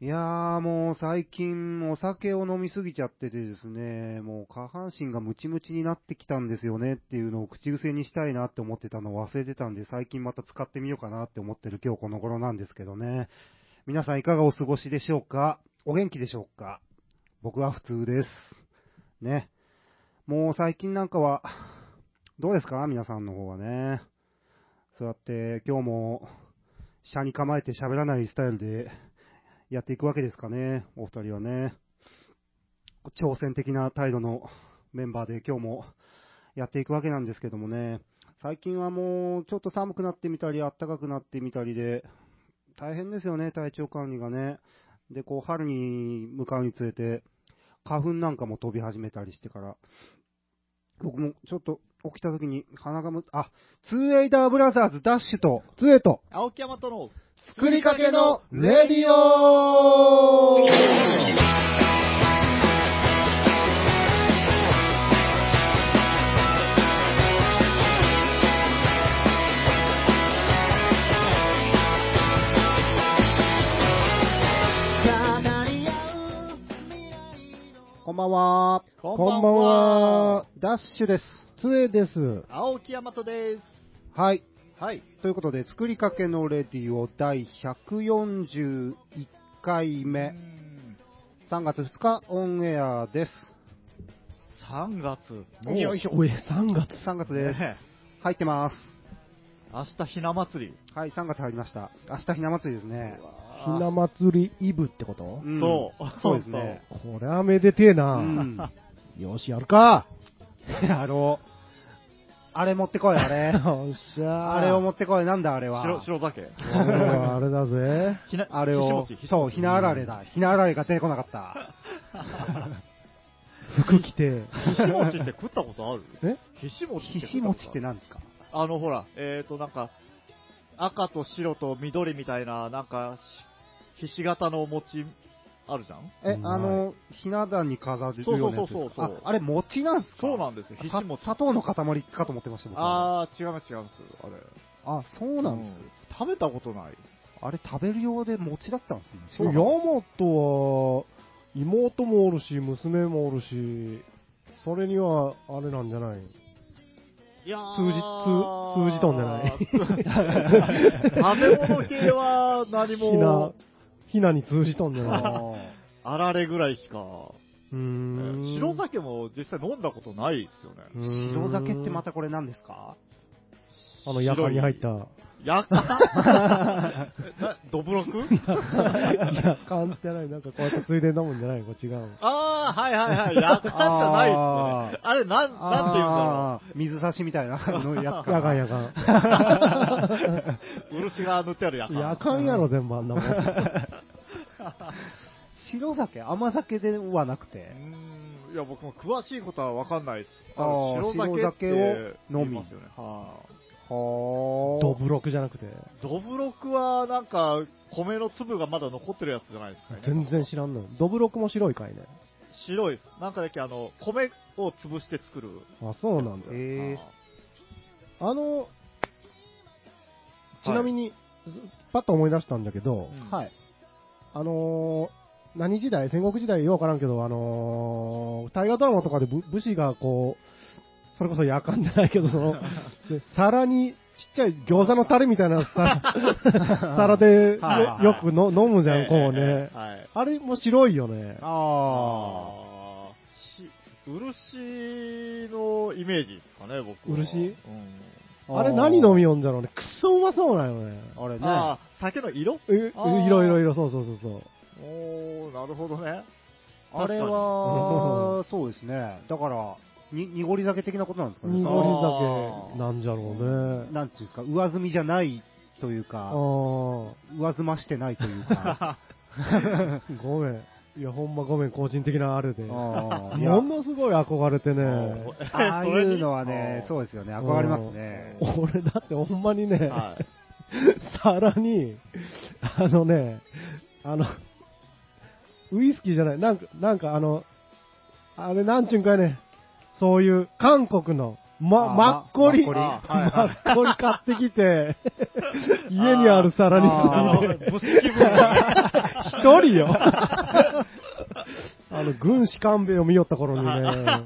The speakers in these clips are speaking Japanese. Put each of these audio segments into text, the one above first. いやーもう最近お酒を飲みすぎちゃっててですね、もう下半身がムチムチになってきたんですよねっていうのを口癖にしたいなって思ってたのを忘れてたんで最近また使ってみようかなって思ってる今日この頃なんですけどね。皆さんいかがお過ごしでしょうかお元気でしょうか僕は普通です。ね。もう最近なんかは、どうですか皆さんの方はね。そうやって今日も、車に構えて喋らないスタイルでやっていくわけですかね。お二人はね。挑戦的な態度のメンバーで今日もやっていくわけなんですけどもね。最近はもうちょっと寒くなってみたり、暖かくなってみたりで、大変ですよね、体調管理がね。で、こう、春に向かうにつれて、花粉なんかも飛び始めたりしてから、僕もちょっと起きた時に鼻がむ、あ、ツーエイダーブラザーズダッシュと、ツエと、青木山との作りかけのレディオこんばんは。ここんばんは。ダッシュです。つえです。青木山とです。はい。はい。ということで、作りかけのレディオ第141回目、3月2日オンエアです。 3月。よいしょ。おえ、3月。 3月です。ね入ってます。明日ひな祭り。はい、3月入りました。明日ひな祭りですね。ひな祭りイブってこと、うんそうそうですね。これはめでてえな、うんよし、やるか。あの、 あれ持ってこい、あれ。 よっしゃあれを持ってこい、なんだあれは。白、白酒。今日はあれだぜ。ひな、あれをひしもち、そう、ひなあられだ。ひなあられが出てこなかった。服着て。 ひしもちって食ったことあるえひしもちひしもちって何ですかあの、ほら、えーと、なんか、赤と白と緑みたいな、なんか、ひひし形のお餅、あるじゃんえう、まいあの、ひな壇に飾るようなやつですそうそうそうそかうあ、あれ餅なんですかそうなんですよ。ひしもちさ。砂糖の塊かと思ってました、僕はあー、違います、違います。あれ。あ、そうなんです。うん食べたことない。あれ食べる用で餅だったんですね。ヤマトは、妹もおるし、娘もおるし、それには、あれなんじゃないいや通じ通通じとんじゃないい食べ物系は何 ひなも、、ひなに通じとんじゃないあ あられぐらいしか、 うーえん。ー白酒も実際飲んだことないですよね。うーん白酒ってまたこれ何ですかあの、夜間に入った。 やかなどぶろく夜間ってない、なんかこうやってついで飲むんじゃないこれ違うの。ああ、はいはいはい、やかんじゃないですね。あれ、なん、なんて言うんだろう。あー水差しみたいなの やつか夜間な。夜間。漆が塗ってあるやかん。夜間 やろ、全部あんなもん。白酒甘酒ではなくうて。ーんいや、僕も詳しいことはわかんないです。あー白酒って白酒を飲み言いますよね。はいはドブロクじゃなくて。ドブロクはなんか、米の粒がまだ残ってるやつじゃないですかね。全然知らんのよ。ドブロクも白いかいね。白いです。なんかだけあの、米を潰して作る。。あ、そうなんだ。えーあの、ちなみに、パッと思い出したんだけど、はいい。あのー、何時代戦国時代ようわからんけど、あのー、大河ドラマとかで武武士がこう、それこそ夜間じゃないけど、その、で皿にちっちゃい餃子のタレみたいな皿皿でよはいはいよくの飲むじゃえん、えこうねええ。はい。あれも白いよね。ああー。し、漆のイメージですかね、僕は。漆うん。ーあれ何飲みよんじゃろうね。くっそうまそうなんよね。あれね。あー、酒の色え、いあーろいろいろ、そうそうそうそう。おー、なるほどね。あれは、そうですね。だから、に、濁り酒的なことなんですかね。濁そり酒なんじゃろうのね。なんていうんですか、上積みじゃないというああか、ー、上積ましてないというか。 ごめん。いや、ほんまごめん、個人的なあれで。もあーいやのすごい憧れてね。おえああい それにうのはね、あーそうですよね。憧れますね。俺だってほんまにね、はい。皿に、あのね、あの、ウイスキーじゃない、なんか、なんかあの、あれなんちゅうんかいね、そういう韓国の、あま、ーマッコマッリ、コリあーはいマッコリ買 ってきて、家にある皿にあーなるほど注い物で、質気分がね。 一人よ。 あの、軍師官兵衛を見よった頃にね、はいは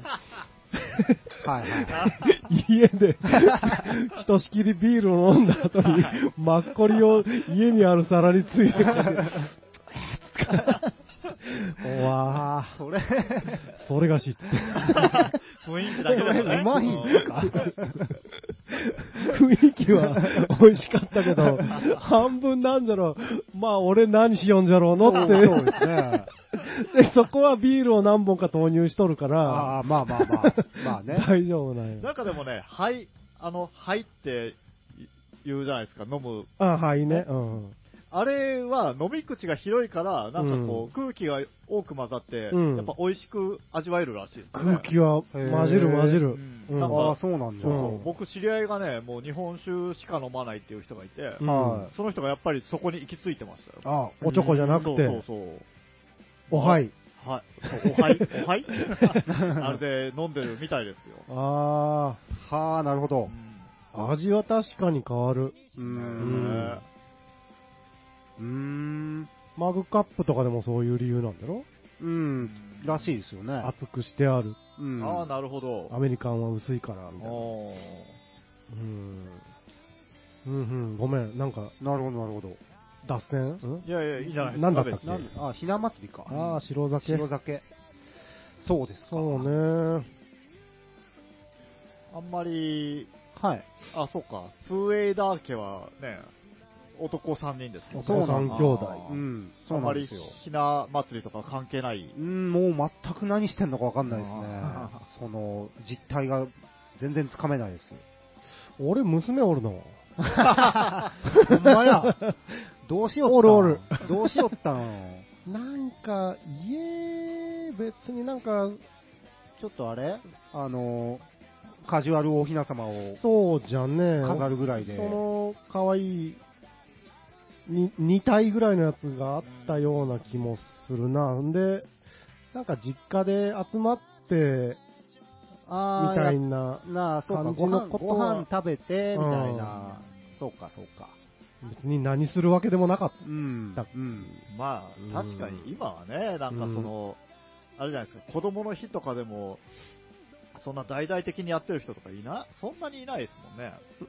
い。 家で、ひとしきりビールを飲んだ後に、マッコリを家にある皿につい てくる。うわそれ、ぁ、それがしって。 雰囲気だけでも ね。うまいんですか雰囲気は美味しかったけど、半分なんだろう、まあ俺何しよんじゃろうのって。そうですね。で、そこはビールを何本か投入しとるから、ああ、まあまあまあ。まあね。大丈夫なんなよ。んかでもね、はい、あの、はいって言うじゃないですか、飲む。あはいね。うん。あれは飲み口が広いから、なんかこう、空気が多く混ざって、うんやっぱ美味しく味わえるらしいですね、空気はへー混じる混じる。ううんん。なんかああ、そうなんだ。うん僕、知り合いがね、もう日本酒しか飲まないっていう人がいて、うんはいその人がやっぱりそこに行き着いてましたよ。あおちょこじゃなくそうて、そうそう。おはい。はい。そうおはい、お はいあれで飲んでるみたいですよ。ああ、はあ、なるほど。あ、味は確かに変わる。うー。うんんうーん。マグカップとかでもそういう理由なんだろうん。らしいですよね。熱くしてある。うん。ああ、なるほど。アメリカンは薄いから、みたいな。おーうん。うんうん、ごめん、なんか、なるほど、なるほど。脱線んいやいや、いいじゃないですか。なんだったっけなんあ、ひな祭りか。ああ、白酒。白酒。そうですか。そうね。あんまり、はい。あ、そうか、ツーエイダー家はね、男3人ですけど、そうなんだううんん。あそうんまなんりですよ。ひな祭りとか関係ない。うん、もう全く何してんのかわかんないですねあ。その、実態が全然つかめないです。俺、娘おるの。ほんま や。どうしよったんおるおる。どうしよったのなんか、家、別になんか、ちょっとあれあの、カジュアルお雛様をそうじゃねえ。飾るぐらいで。その、可愛い、に、2体ぐらいのやつがあったような気もするな。んで、なんか実家で集まって、みあーたいな。なあ、そうか、感じごの飯ことごは飯食べて、みたいうんな。そうか、そうか。別に何するわけでもなかっうん。だうん。まあ、確かに今はね、なんかその、あれじゃないですか、子供の日とかでも、そんな大々的にやってる人とかいな、そんなにいないですもんね。た。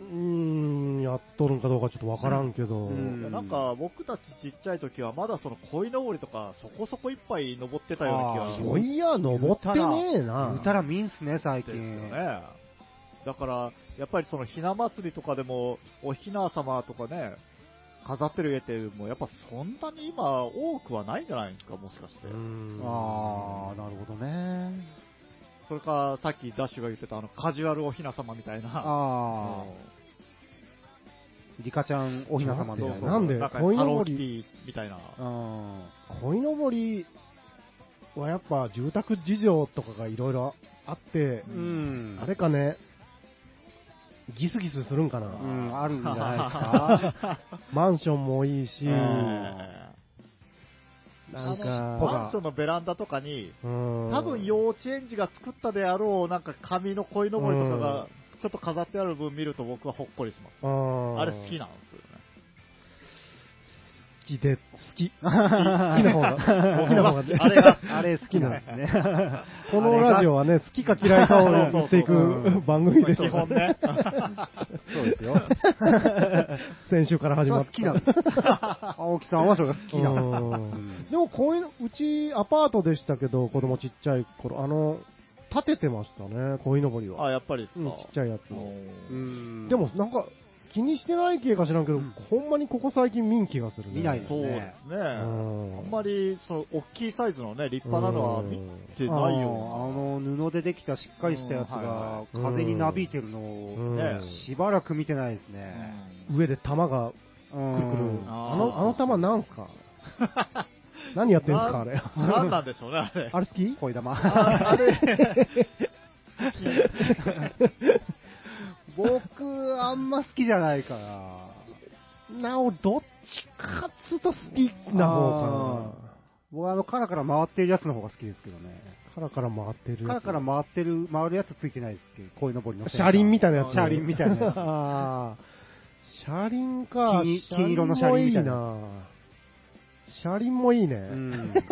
うーん、やっとるんかどうかちょっとわからんけど。うんいやなんか僕たちちっちゃい時はまだその鯉のぼりとかそこそこいっぱい登ってたような気があすーるんそういや、登ってねえな言う。たら見んすね、最です近。よね。だから、やっぱりそのひな祭りとかでも、おひな様とかね、飾ってる家って、もうやっぱそんなに今多くはないんじゃないんですか、もしかして。うんああ、なるほどね。それか、さっきダッシュが言ってたあのカジュアルおひな様みたいな。ああ、リカちゃんおおひな様みたいなな。んでなんかハ鯉のロぼーキテりィみたいな。うん。鯉のぼりはやっぱ住宅事情とかがいろいろあってう、んん。あれかね、ギスギスするんかうな。ん、あるんじゃないですか。マンションもいいし、うんええなんかあのマンションのベランダとかに、うん多分幼稚園児が作ったであろう、なんか紙の鯉のぼりとかうがん、ちょっと飾ってある分見ると僕はほっこりします。うんあれ好きなんですよね。好きで、好 き。好きな方が、好きな方がねあれが、あれ好きなんですね。このラジオはね、好きか嫌いかを言っていそうそうそうく番 組です基よ本ね。そうですよ。先週から始ま好った。き なんです。青木さんはそれが好きなうんんでもこういうの、うちアパートでしたけど、子供ちっちゃい頃、あの、立ててましたね、鯉のぼりあ、は。やっぱりですうか。ん、ちっちゃいやつうを。うんん。でも、なんか、気にしてない系か知らんけど、うんほんまにここ最近見ん気がするね。見ないですそうですね。うあん。んまり、その、大きいサイズのね、立派なのは見てないあよの布でできたしっかりしたやつうんはいはがい風になびいてるのうをんねしばらく見てないですうね。な。上で玉がうくるくる。ん。あーあの、あの玉なんすか何やってんすか、あれ。なんなんでしょうね、あ れ。あれ好き恋玉。 ああれ、僕、あんま好きじゃないから。なお、どっちかっつうと好きな方か僕、あの、カラカラ回ってるやつの方が好きですけどね。な。カラカラ回ってるカやラつ。カラ回ってる、回るやつついてないですけど、鯉のぼりの。車輪みたいなやつ。車輪みたいなやつ あー車輪か。金車輪金色の車輪みたいなもいいな。車輪もいいね。うん。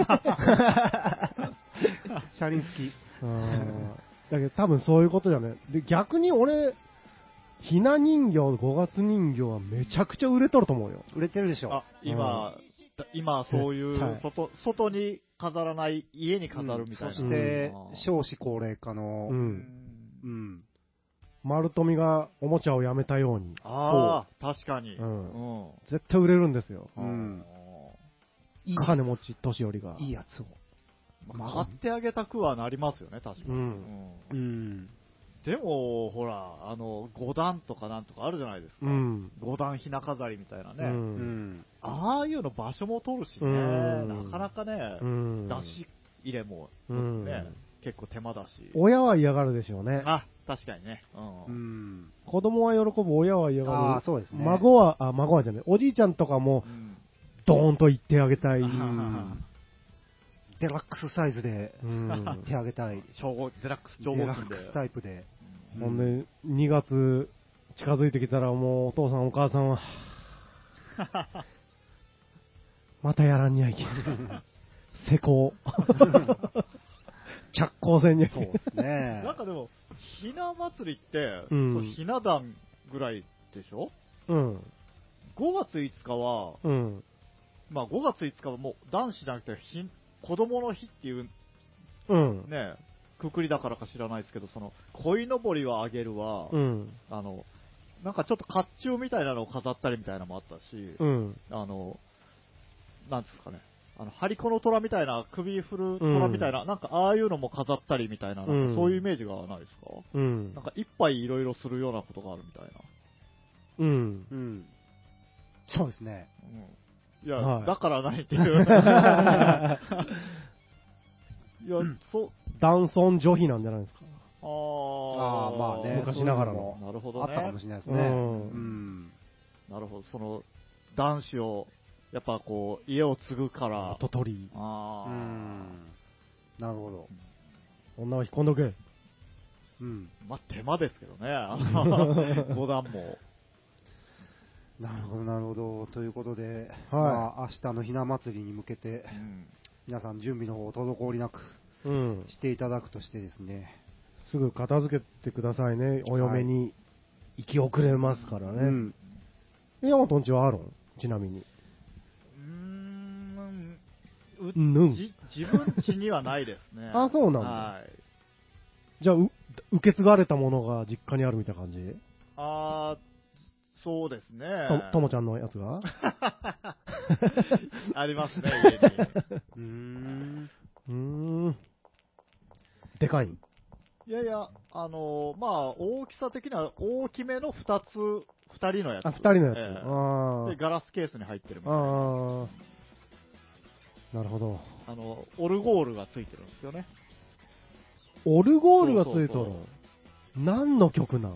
車輪好き。うんだけど多分そういうことだね。で、逆に俺、ひな人形、五月人形はめちゃくちゃ売れとると思うよ。売れてるでしょあ。、今、だ今そうい絶う対外、外に飾らない、家に飾るみたいな。そしてうん、少子高齢化の、う。うんんん。丸富がおもちゃをやめたように。ああ、確かに。うんうん絶対売れるんですよ。うんいいや金持ち年寄りが。いいやつを。まあ買ってあげたくはなりますよね、確かに。うんううんん。でも、ほら、あの、五段とかなんとかあるじゃないですか。うん。五段ひな飾りみたいなう。ね。うんん。ああいうの場所も取るしね、うんなかなかね、うん。出し入れも、ねうん結構手間だし。親は嫌がるでしょうね。あ、確かにね。うん。うん。子供は喜ぶ、親はあ嫌があ、る。そうですね。孫は、あ、孫はじゃない。おじいちゃんとかもう、んドーンと言ってあげたい。ううんん。デラックスサイズでうん手あげたい。超合、デラックスデ超合金で。ラックスタイプで。うんほんで、2月近づいてきたらもうお父さんお母さ んは、またやらんにゃいけん。施工。着工せんにゃいけそんうですね なん。かでも、ひな祭りって、うんそうひな壇ぐらいでしょうん。 5月5日は、うん。まあ5月5日はもう男子じゃなくてひ子供の日っていううん。ね、くくりだからか知らないですけど、その、鯉のぼりはあげるは、うん。あの、なんかちょっと甲冑みたいなのを飾ったりみたいなのもあったし、うん。あの、なんですかね、あの、張り子の虎みたいな、首振る虎みたいな、なんかああいうのも飾ったりみたいな、なんかそういうイメージがないですか、うんなん。か一杯いろいろするようなことがあるみたいな。うん。うん。そうですね。いや、はいだから何って いう。いや、そう、男尊女卑なんじゃないですか。あーあーまあね昔ながらのなるほあどったかもねし。れないですうね。んうん。なるほど。その、男子を、やっぱこう、家を継ぐから。と取り。うあーん。なるほど。女は引っ込んどけ。うん。まあ、手間ですけ どね。あの五段も。なるほど、なるほど。ということで、いまあ、明日のひな祭りに向けてう、ん皆さん準備の方を滞りなくうん。していただくとしてですね。すぐ片付けてくださいね。お嫁に行き遅れますからうね。ん。ヤマトンちはあるんちなみに。うーん。ううん。。じ自分家にはないですねあそうなんだはい。じゃあ、う受け継がれたものが実家にあるみたいな感じあーそうですね。とともちゃんのや つがあり ますね、家に。うーん。うーん。でかい。いやいや、あのーまあ、大きさ的には大きめの2つ、2人のやつ。あ、二人のやつ。ええあで、ガラスケースに入ってるみあ。たいな。ああ。なるほど。あの、オルゴールがついてるんですよね。オルゴールがついそとうそうる。何の曲なん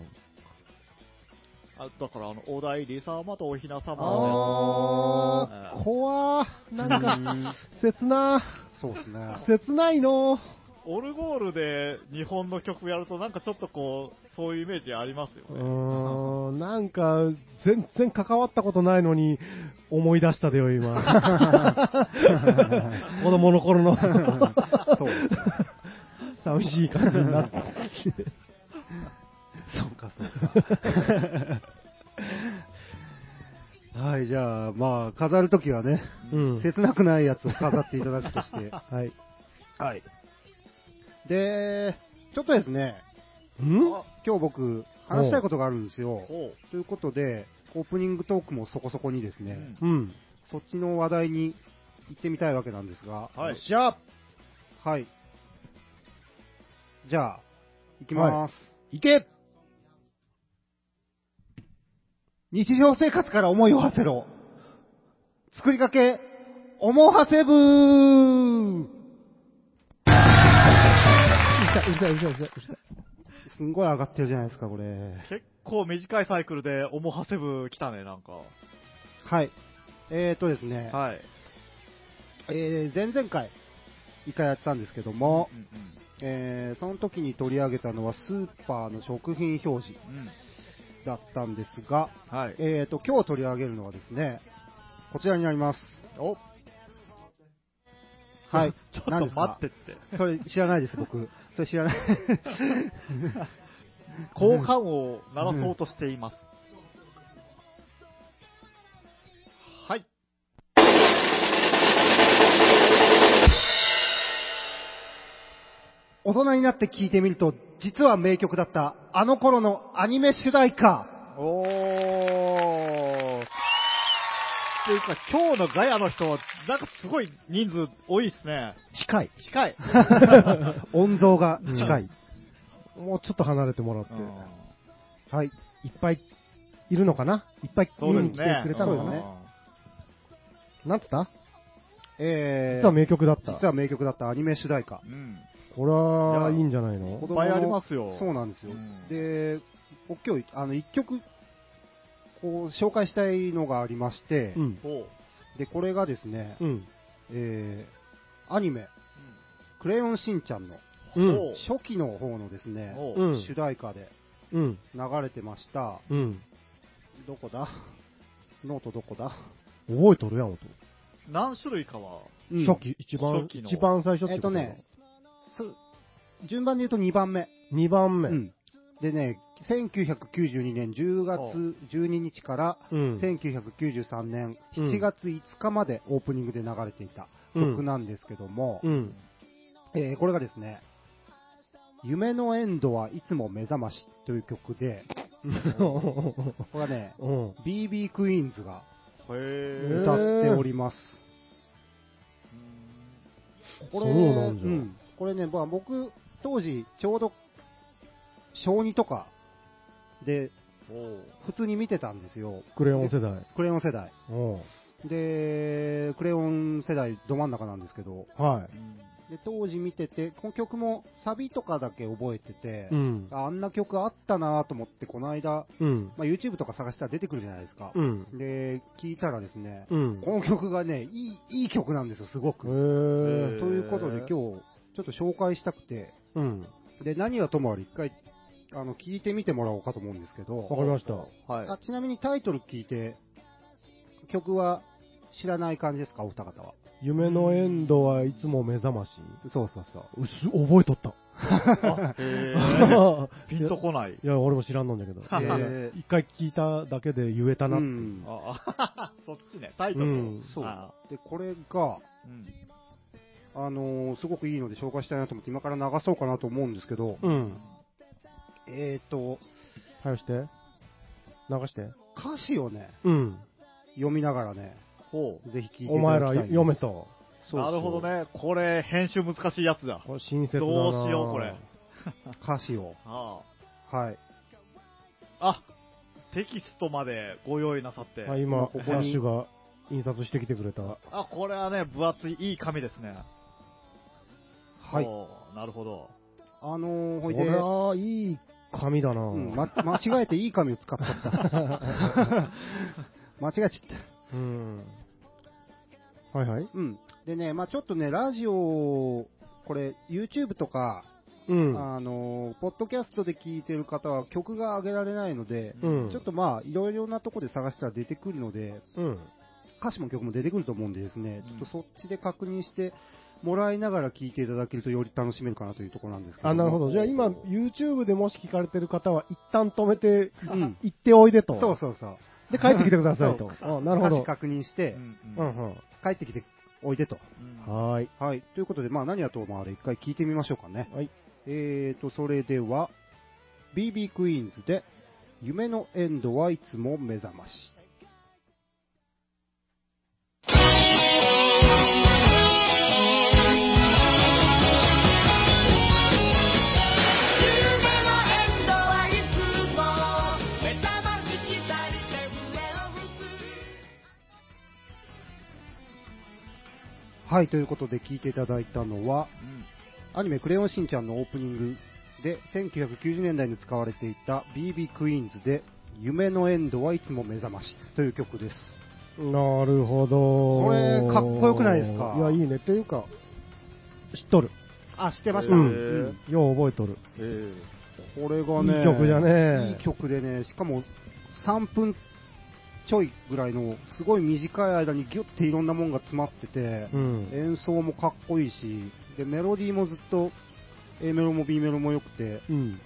あだから、あの、お代理様とおひな様あえー、怖ー。なんか、うん切なそうですね。 ー。切ないのー。で、オルゴールで日本の曲やると、なんかちょっとこう、そういうイメージありますようね。ーん、なんか、全然関わったことないのに、思い出したでよ、今。 子供の頃の。そう。寂しい感じになって。そうか、そうか。はい、じゃあ、まあ、飾るときはね、うん。切なくないやつを飾っていただくとして。はい。はい。で、ちょっとですね、ん今日僕、話したいことがあるんですよ。おうということで、オープニングトークもそこそこにですうね、んうん。そっちの話題に行ってみたいわけなんですが、はいよっしゃはい。じゃあ、行きます。いけ日常生活から思いを馳せろ。作りかけ、思わせぶーうるさい、うるさい、うるさい、うるさい。すんごい上がってるじゃないですか、これ。結構短いサイクルで、おもはせぶ来たね、なんか。はい。えーとですね、はい。えー、前々回、一回やったんですけどもう、んえー、その時に取り上げたのはスーパーの食品表示うん。うん。だったんですが、はい。 えーと、今日取り上げるのはですね、こちらになります。おはい ちょっと何ですか待ってって。それ知らないです、僕。それ知らない。 交換音を鳴らそうとしています。はい。大人になって聴いてみると、実は名曲だった、あの頃のアニメ主題歌。おー。っていうか、今日のガヤの人は、なんかすごい人数多いですね。近い。近い。音像が近い。もうちょっと離れてもらって、うはい。いっぱいいるのかないっぱい見に来てくれたのそかうですな、ねなんつったえー、実は名曲だった。実は名曲だったアニメ主題歌。うん。これはいいやいんじゃない子の供いっぱいのありますよそうなんですよ。うんで、僕今日、あの、一曲、こう、紹介したいのがありまして、うん。おう。で、これがですね、うん。えー、アニメ、クレヨンしんちゃんのうんおう初期の方のですね、おううん主題歌でうん。流れてました。うん。どこ だノートどこだ、覚えとるやん、音。何種類かは。うん初期、一番初、期の一番最初ってえっこととね、す順番で言うと2番目。 2番目。う。んでね、1992年10月12日からうん。 1993年うん7月5日までオープニングで流れていた曲なんですけども、うん。 えーこれがですね、夢のエンドはいつも目覚ましという曲で、これはね、うん。 BB クイーンズがへー。歌っております。これ、そうなんじゃうんこれね、まあ、僕、当時、ちょうど、小2とかで、おう普通に見てたんですよ。クレヨン世代。クレヨン世代。うん。で、クレヨン世代ど真ん中なんですけど、はで当時見てて、この曲もサビとかだけ覚えてて、い。うん。ああんな曲あったなと思って、この間、うん。まあ、YouTube とか探したら出てくるじゃないですか。うん。で、聞いたらですね、うん。この曲がね、いい、いい曲なんですよ、すごへく。とー。いうことで今日、ちょっと紹介したくて、うん。で、何はともあれ一回、あの、聞いてみてもらおうかと思うんですけわど、かりました。はい。あちなみにタイトル聞いて、曲は知らない感じですか、お二方は。夢のエンドはいつも目覚まし。そうそうそう。うっす覚えとった。 へ ー。ピンとこない。いや、俺も知らんのんだけど。えー一回聞いただけで言えたなうっていう。んああ、 そっちね。タイトうル。ん。そうあで、これが、うんあのーすごくいいので紹介したいなと思って、今から流そうかなと思うんですけど、うん。えーと、はよして。流して。歌詞をね、うん。読みながらね、ほぜひ聞いていただきたいお前らんです読めと。そうそうう。なるほど。ね。これ、編集難しいやつだ。これ親切だなどうしようこれ歌詞を。あはい。あ。あ、テキストまでご用意なさって。あこ今、ここにこラッシュが印刷してきてくれた。あ、これはね、分厚い、いい紙ですね。はい。おー。なるほど。あのー、こほいれで、はいい紙だなうんま、間違えていい紙を使っちゃ った。間違えちゃった。うん。はいはい。うん。でね、まあちょっとね、ラジオ、これ、YouTube とか、うん。あのー、ポッドキャストで聞いてる方は曲が上げられないので、うん。ちょっとまあいろいろなとこで探したら出てくるので、うん。歌詞も曲も出てくると思うんでですね、うんちょっとそっちで確認してもらいながら聴いていただけるとより楽しめるかなというところなんですけども。あ、なるほど。じゃあ今、YouTube でもし聞かれてる方は、一旦止めて、うん。行っておいでと。そうそうそう。で、帰ってきてくださいと。あなるほ歌詞ど。確認して、んううんんうん。帰ってきておいでと。うんはーい。はい。ということで、まあ何やともあれ一回聞いてみましょうかね。はい。えーと、それでは、BB クイーンズで、夢のエンドはいつも目覚まし。夢のエンドはいつも目覚まし期待して胸を振るはい、ということで聞いていただいたのは、うんアニメ「クレヨンしんちゃん」のオープニングで1990年代に使われていた BB クイーンズで「夢のエンドはいつも目覚まし」という曲ですなるほど。これかっこよくないですかいや、いいね。っていうか、知っとる。あ知ってましたうんうんよう覚えとる。えーこれがねいい曲だねいい曲でねしかも3分ちょいぐらいの、すごい短い間にギュッていろんなもんが詰まってて、うん。演奏もかっこいいし、で、メロディーもずっと A メロも B メロも良くて、うん。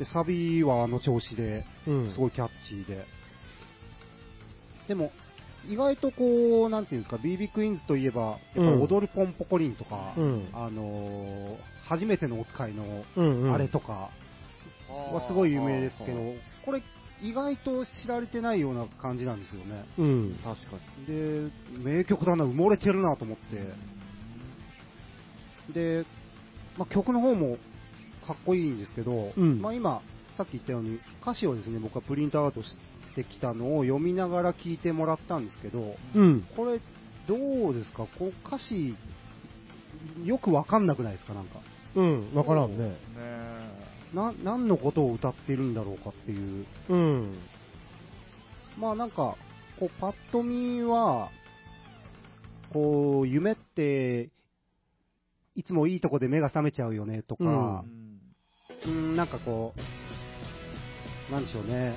で、サビはあの調子で、うん。すごいキャッチーで。でも、意外とこう、なんていうんですか、BB クイーンズといえば、やっぱうん踊るポンポコリンとか、うん。あのー初めてのお使いのうん。うんあれとかはすごい有名ですけど、これ意外と知られてないような感じなんですよね。うん。確かで、名曲だな、埋もれてるなと思っに。て、で、まあ、曲の方もかっこいいんですけど、うんまあ、今、さっき言ったように歌詞をですね、僕はプリントアウトしてきたのを読みながら聞いてもらったんですけど、うん。これどうですかこう歌詞、よくわかんなくないですかなんか。うん。わからんね。ねえな、何のことを歌ってるんだろうかっていう。うん。まあなんか、こうパッと見は、こう、夢って、いつもいいとこで目が覚めちゃうよねとか、うん、なんかこう、なんでしょうね、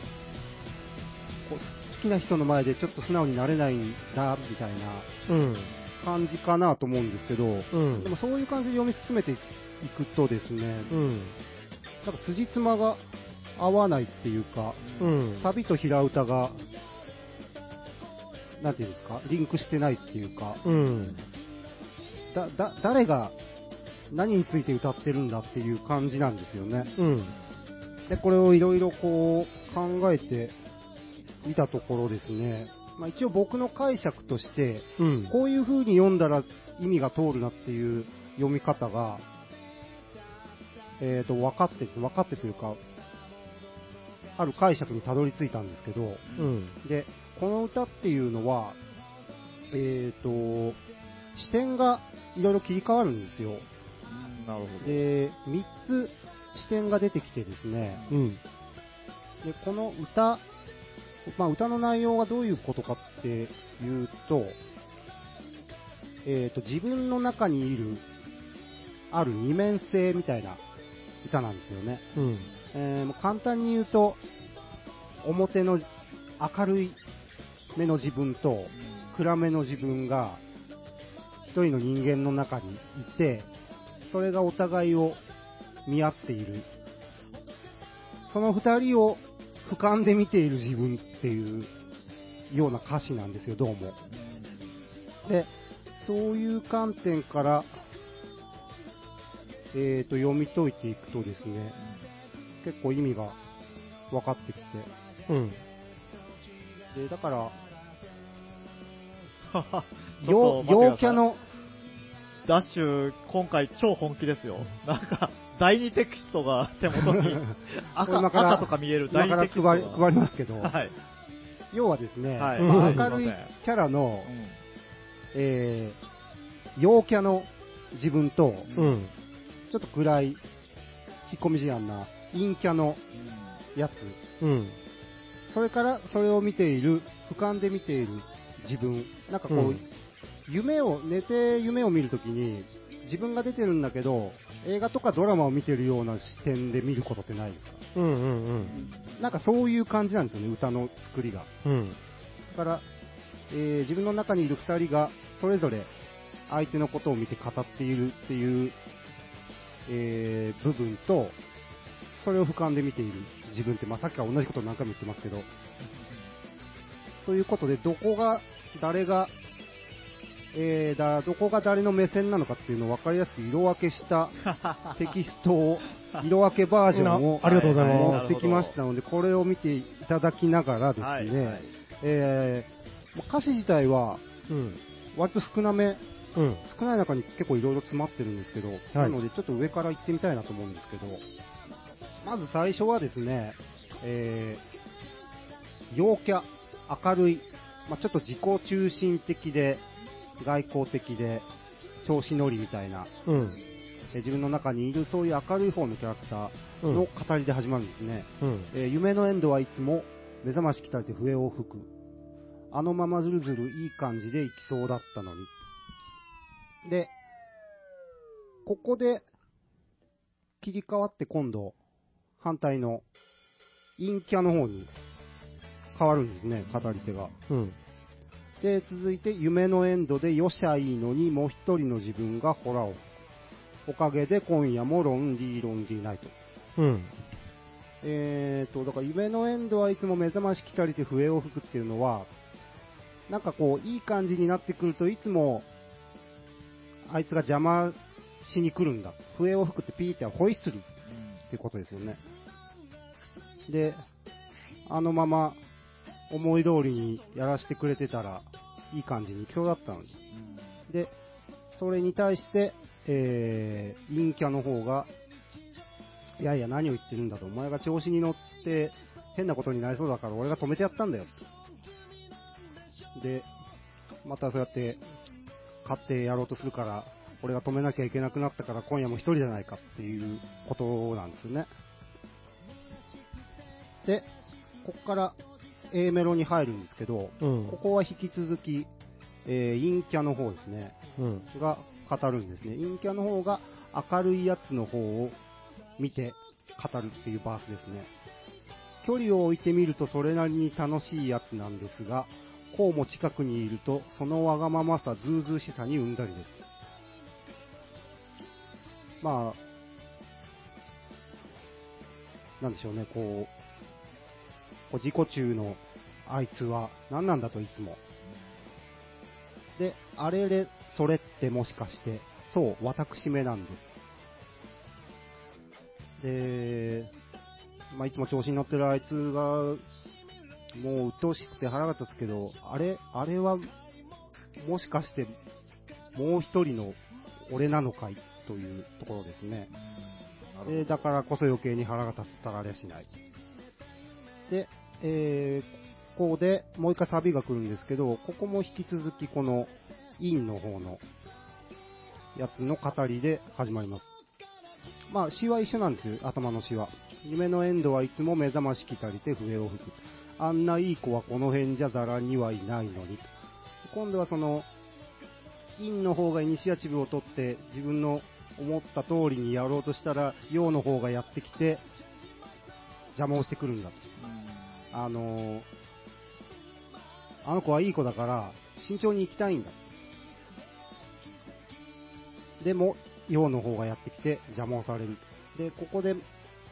こう好きな人の前でちょっと素直になれないんだみたいなうん。感じかなと思うんですけど、うん。でもそういう感じで読み進めていくとですね、うん。なんか辻褄が合わないっていうか、うん。サビと平歌が、なんていうんですか、リンクしてないっていうか、うん。だ、だ、誰が、何について歌ってるんだっていう感じなんですよね。うん。で、これをいろいろこう、考えてみたところですね。まあ一応僕の解釈として、うん。こういう風に読んだら意味が通るなっていう読み方が、えっ、と、分かって、分かってというか、ある解釈にたどり着いたんですけど、う。ん。で、この歌っていうのは、えっ、と、視点がいろいろ切り替わるんですよ。うんなるほど。で、3つ視点が出てきてですね、うん。で、この歌、まあ、歌の内容がどういうことかっていうと、えっ、と、自分の中にいる、ある二面性みたいな歌なんですよね。うん。えーもう簡単に言うと、表の明るい目の自分と暗めの自分が一人の人間の中にいて、それがお互いを見合っている。その二人を俯瞰で見ている自分っていうような歌詞なんですよ、どうも。で、そういう観点から、えー、と、読み解いていくとですね、結構意味が分かってきうん。て。で、だから、陽ちょっと待ってください陽キャの、ダッシュ、今回超本気ですよ。なんか、第二テキストが手元 に赤、今から赤とか見える今第か二らテキストが。配り配りますけど、はい。要はですね、はいまあはい明るいすいませんキャラの、うんえー陽キャの自分と、うん。うん。ちょっと暗い、引っ込み思案な陰キャのやつ、うん。それからそれを見ている、俯瞰で見ている自分、なんかこう、うん夢を、寝て夢を見るときに、自分が出てるんだけど、映画とかドラマを見てるような視点で見ることってないですかうん。うん。なんかそういう感じなんですよね、歌の作りが。うん。だから、えー自分の中にいる2人がそれぞれ相手のことを見て語っているっていう、えー部分と、それを俯瞰で見ている自分って、まあ、さっきから同じこと何回も言ってますけど、ということで、どこが、誰が、えーだどこが誰の目線なのかっていうのを分かりやすく色分けしたテキスト を、色分けバージョンをありがとうございます持ってきましたので、これを見ていただきながらですね、はいはいえーまあ歌詞自体はうん。割と少なめ、うん。少ない中に結構いろいろ詰まってるんですけど、なのでちょっと上から行ってみたいなと思うんですけど、まず最初はですね、えー陽キャ、明るい、まあ、ちょっと自己中心的で、外交的で、調子乗りみたいな、うん。えー自分の中にいるそういう明るい方のキャラクターうんの語りで始まるんですね。うん。えー夢のエンドはいつも目覚ましきたりで笛を吹く。あのままずるずるいい感じでいきそうだったのに。で、ここで切り替わって今度、反対の陰キャの方に変わるんですね。語り手が。うん。で、続いて、夢のエンドで、よしゃいいのに、もう一人の自分がホラを。おかげで、今夜もロンリーロンリーナイト。うん。えーと、だから夢のエンドはいつも目覚まし来たりで笛を吹くっていうのは、なんかこう、いい感じになってくるといつも、あいつが邪魔しに来るんだ。笛を吹くってピーってホイッスルってことですよね。で、あのまま思い通りにやらせてくれてたら、いい感じにいきそうだったのに。で、それに対して、えー、陰キャの方が、いやいや、何を言ってるんだと、お前が調子に乗って、変なことになりそうだから、俺が止めてやったんだよ。で、またそうやって、勝ってやろうとするから、俺が止めなきゃいけなくなったから、今夜も一人じゃないかっていうことなんですよね。で、こっから A メロに入るんですけど、うんここは引き続き、えー陰キャの方ですね、うん。が語るんですね。陰キャの方が明るいやつの方を見て語るっていうバースですね。距離を置いてみるとそれなりに楽しいやつなんですが、こうも近くにいると、そのわがままさ、ずうずうしさにうんざりです。まあ、なんでしょうね、こう、こう自己中のあいつは何なんだといつも。で、あれれ、それってもしかして、そう、私めなんです。で、まあ、いつも調子に乗ってるあいつが、もう鬱陶しくて腹が立つけど、あれ、あれは、もしかして、もう一人の俺なのかいというところですね。でだからこそ余計に腹が立ったらあれしない。で、えーここでもう一回サビが来るんですけど、ここも引き続きこのインの方のやつの語りで始まります。まあ詩は一緒なんですよ、頭の詩は。夢のエンドはいつも目覚ましきたりて笛を吹く。あんないい子はこの辺じゃざらにはいないのに。今度はその、陰の方がイニシアチブを取って、自分の思った通りにやろうとしたら、陽の方がやってきて、邪魔をしてくるんだ。あのーあの子はいい子だから、慎重に行きたいんだ。でも、陽の方がやってきて邪魔をされる。で、ここで、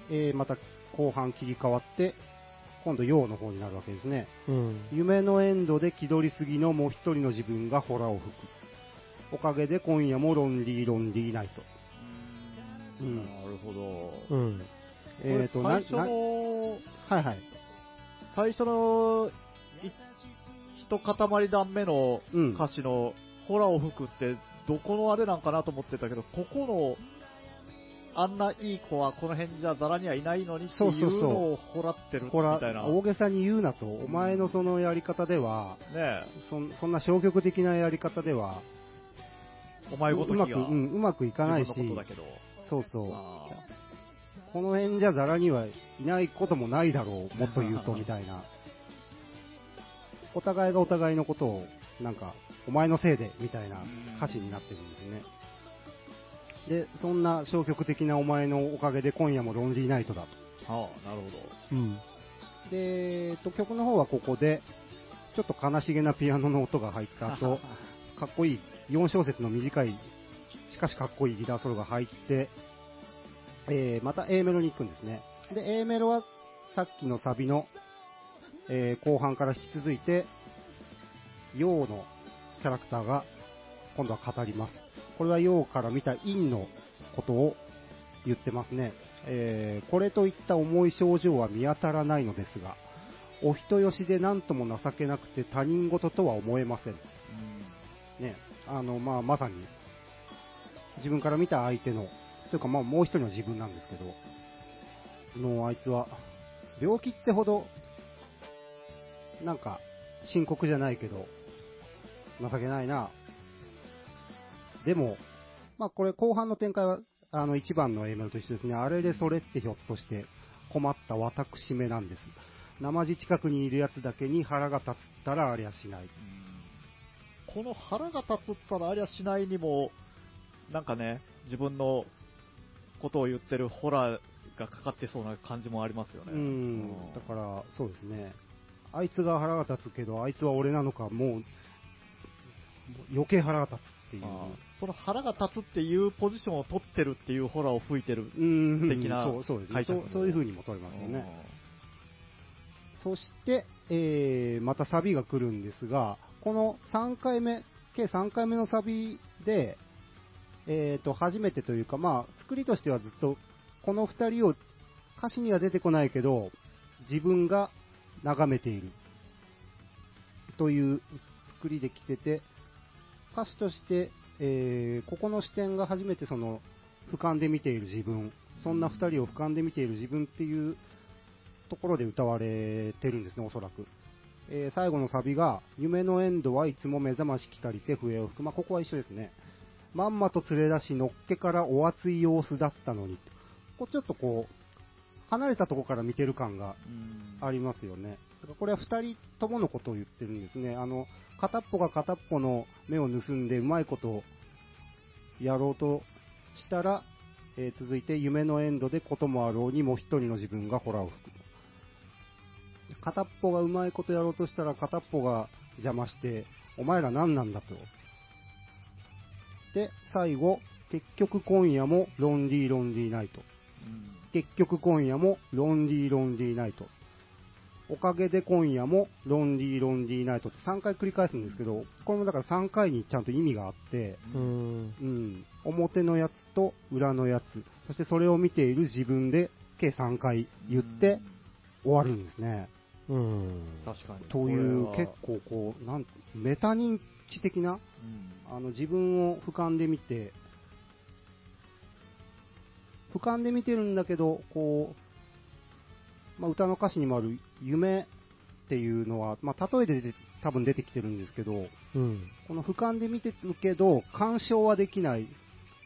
えーまた後半切り替わって、今度陽の方になるわけですね。うん。夢のエンドで気取りすぎのもう一人の自分がホラを吹く。おかげで今夜もロンリーロンリーナイト。うんなるほうど。ん。えーと、こな、れ最初な、の、はいはい。最初の、い一塊段目のうん歌詞の、ホラを吹くって、どこのあれなんかなと思ってたけど、ここの、あんないい子はこの辺じゃザラにはいないのにってそういそううそうのをほらってるみこらたいな。、大げさに言うなと、お前のそのやり方では、ねそんそんな消極的なやり方では、え、お前ごとうきまがく、うん、うまくいかないし、自分のことだけど。そうそう。あーこの辺じゃザラにはいないこともないだろう、もっと言うと、みたいな。お互いがお互いのことを、なんか、お前のせいで、みたいな歌詞になってるんですね。で、そんな消極的なお前のおかげで今夜もロンリーナイトだと。ああ、なるほど。うん。で、えっと、曲の方はここで、ちょっと悲しげなピアノの音が入った 後、かっこいい、4小節の短い、しかしかっこいいギターソロが入って、えー、また A メロに行くんですね。で、A メロはさっきのサビの、えー、後半から引き続いて、陽のキャラクターが今度は語ります。これは陽から見た陰のことを言ってますね。えーこれといった重い症状は見当たらないのですが、お人よしで何とも情けなくて他人事とは思えません。ね、あの、まあ、まさに、自分から見た相手の、というかまあ、もう一人の自分なんですけど、のあいつは、病気ってほど、なんか、深刻じゃないけど、情けないな。でも、まあこれ後半の展開は、あの一番の A メロと一緒ですね。あれでそれってひょっとして困った私めなんです。生地近くにいるやつだけに腹が立ったらありゃしない。この腹が立つったらありゃしないにも、なんかね、自分のことを言ってるホラーがかかってそうな感じもありますよね。うん、だから、そうですね。あいつが腹が立つけど、あいつは俺なのか、もう、余計腹が立つっていう。あーその腹が立つっていうポジションを取ってるっていうホラーを吹いてる。うんうん的なそうそうですね解そ釈う。そういう風にも取れますよね。そして、えーまたサビが来るんですが、この3回目、計3回目のサビで、えー、と初めてというか、まあ、作りとしてはずっとこの2人を歌詞には出てこないけど、自分が眺めているという作りで来てて、歌詞として、えーここの視点が初めてその俯瞰で見ている自分、そんな2人を俯瞰で見ている自分っていうところで歌われてるんですね、おそらく。えー最後のサビが、夢のエンドはいつも目覚ましきたりて笛を吹く。まあ、ここは一緒ですね。まんまと連れ出し、のっけからお熱い様子だったのに。こうちょっとこう、離れたとこから見てる感がうんありますよね。だからこれは二人とものことを言ってるんですね。あの、片っぽが片っぽの目を盗んで、うまいことをやろうとしたら、えー続いて、夢のエンドでこともあろうにも一人の自分がホラーを吹く。片っぽがうまいことやろうとしたら、片っぽが邪魔して、お前ら何なんだと。で、最後、結局今夜もロンリーロンリーナイト。うん結局今夜もロンリーロンリーナイト。おかげで今夜もロンリーロンリーナイトって3回繰り返すんですけど、これもだから3回にちゃんと意味があって、うーん。うん、表のやつと裏のやつ、そしてそれを見ている自分で計3回言って、終わるんですね。うーん。うん確かに。というこれ結は構こう、なんメタ認知的なうんあの自分を俯瞰で見て、俯瞰で見てるんだけど、こう、まあ、歌の歌詞にもある夢っていうのは、まあ、例えで出て多分出てきてるんですけど、うん。この俯瞰で見てるけど、干渉はできない。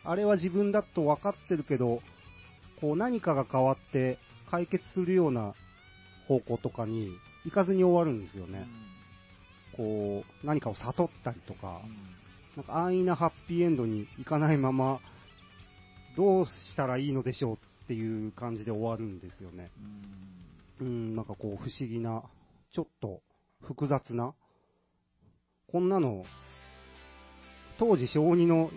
あれは自分だと分かってるけど、こう何かが変わって解決するような方向とかに行かずに終わるんですよね。こう、何かを悟ったりとか。なんか安易なハッピーエンドに行かないまま、どうしたらいいのでしょうっていう感じで終わるんですよね。うん、なんかこう不思議な、ちょっと複雑な、こんなの、当時小2の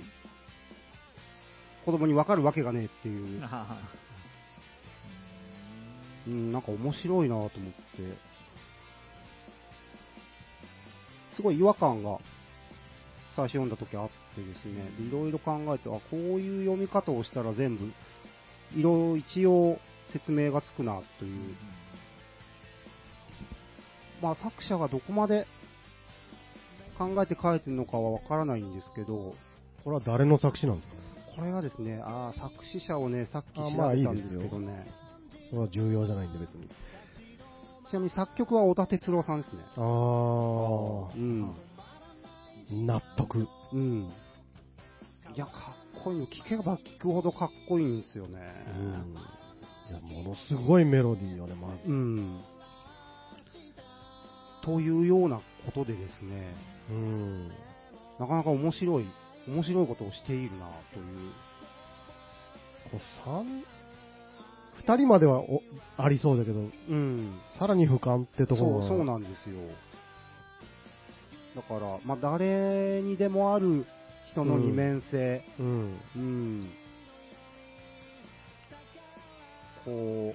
子供にわかるわけがねえっていうう、ん。うん、なんか面白いなと思って、すごい違和感が最初読んだ時あってですね、いろいろ考えて、あ、こういう読み方をしたら全部、色、一応説明がつくなという、まあ作者がどこまで考えて書いてるのかはわからないんですけど、これは誰の作詞なんですかこれはですね、あー作詞者をね、さっき調あまあべいいたんでですよすけどね、それは重要じゃないんで別に。ちなみに作曲は小田哲郎さんですね。あーう。ん。納得。うん。いや、かっこいいの。聞けば聞くほどかっこいいんですよね。うん。いや、ものすごいメロディーよね、まず。うん。というようなことでですね、うん。なかなか面白い、面白いことをしているなという。こう三、二人まではおありそうだけど、うん。さらに俯瞰ってところそう、そうなんですよ。だから、まあ、誰にでもある人の二面性、うん。うん。こ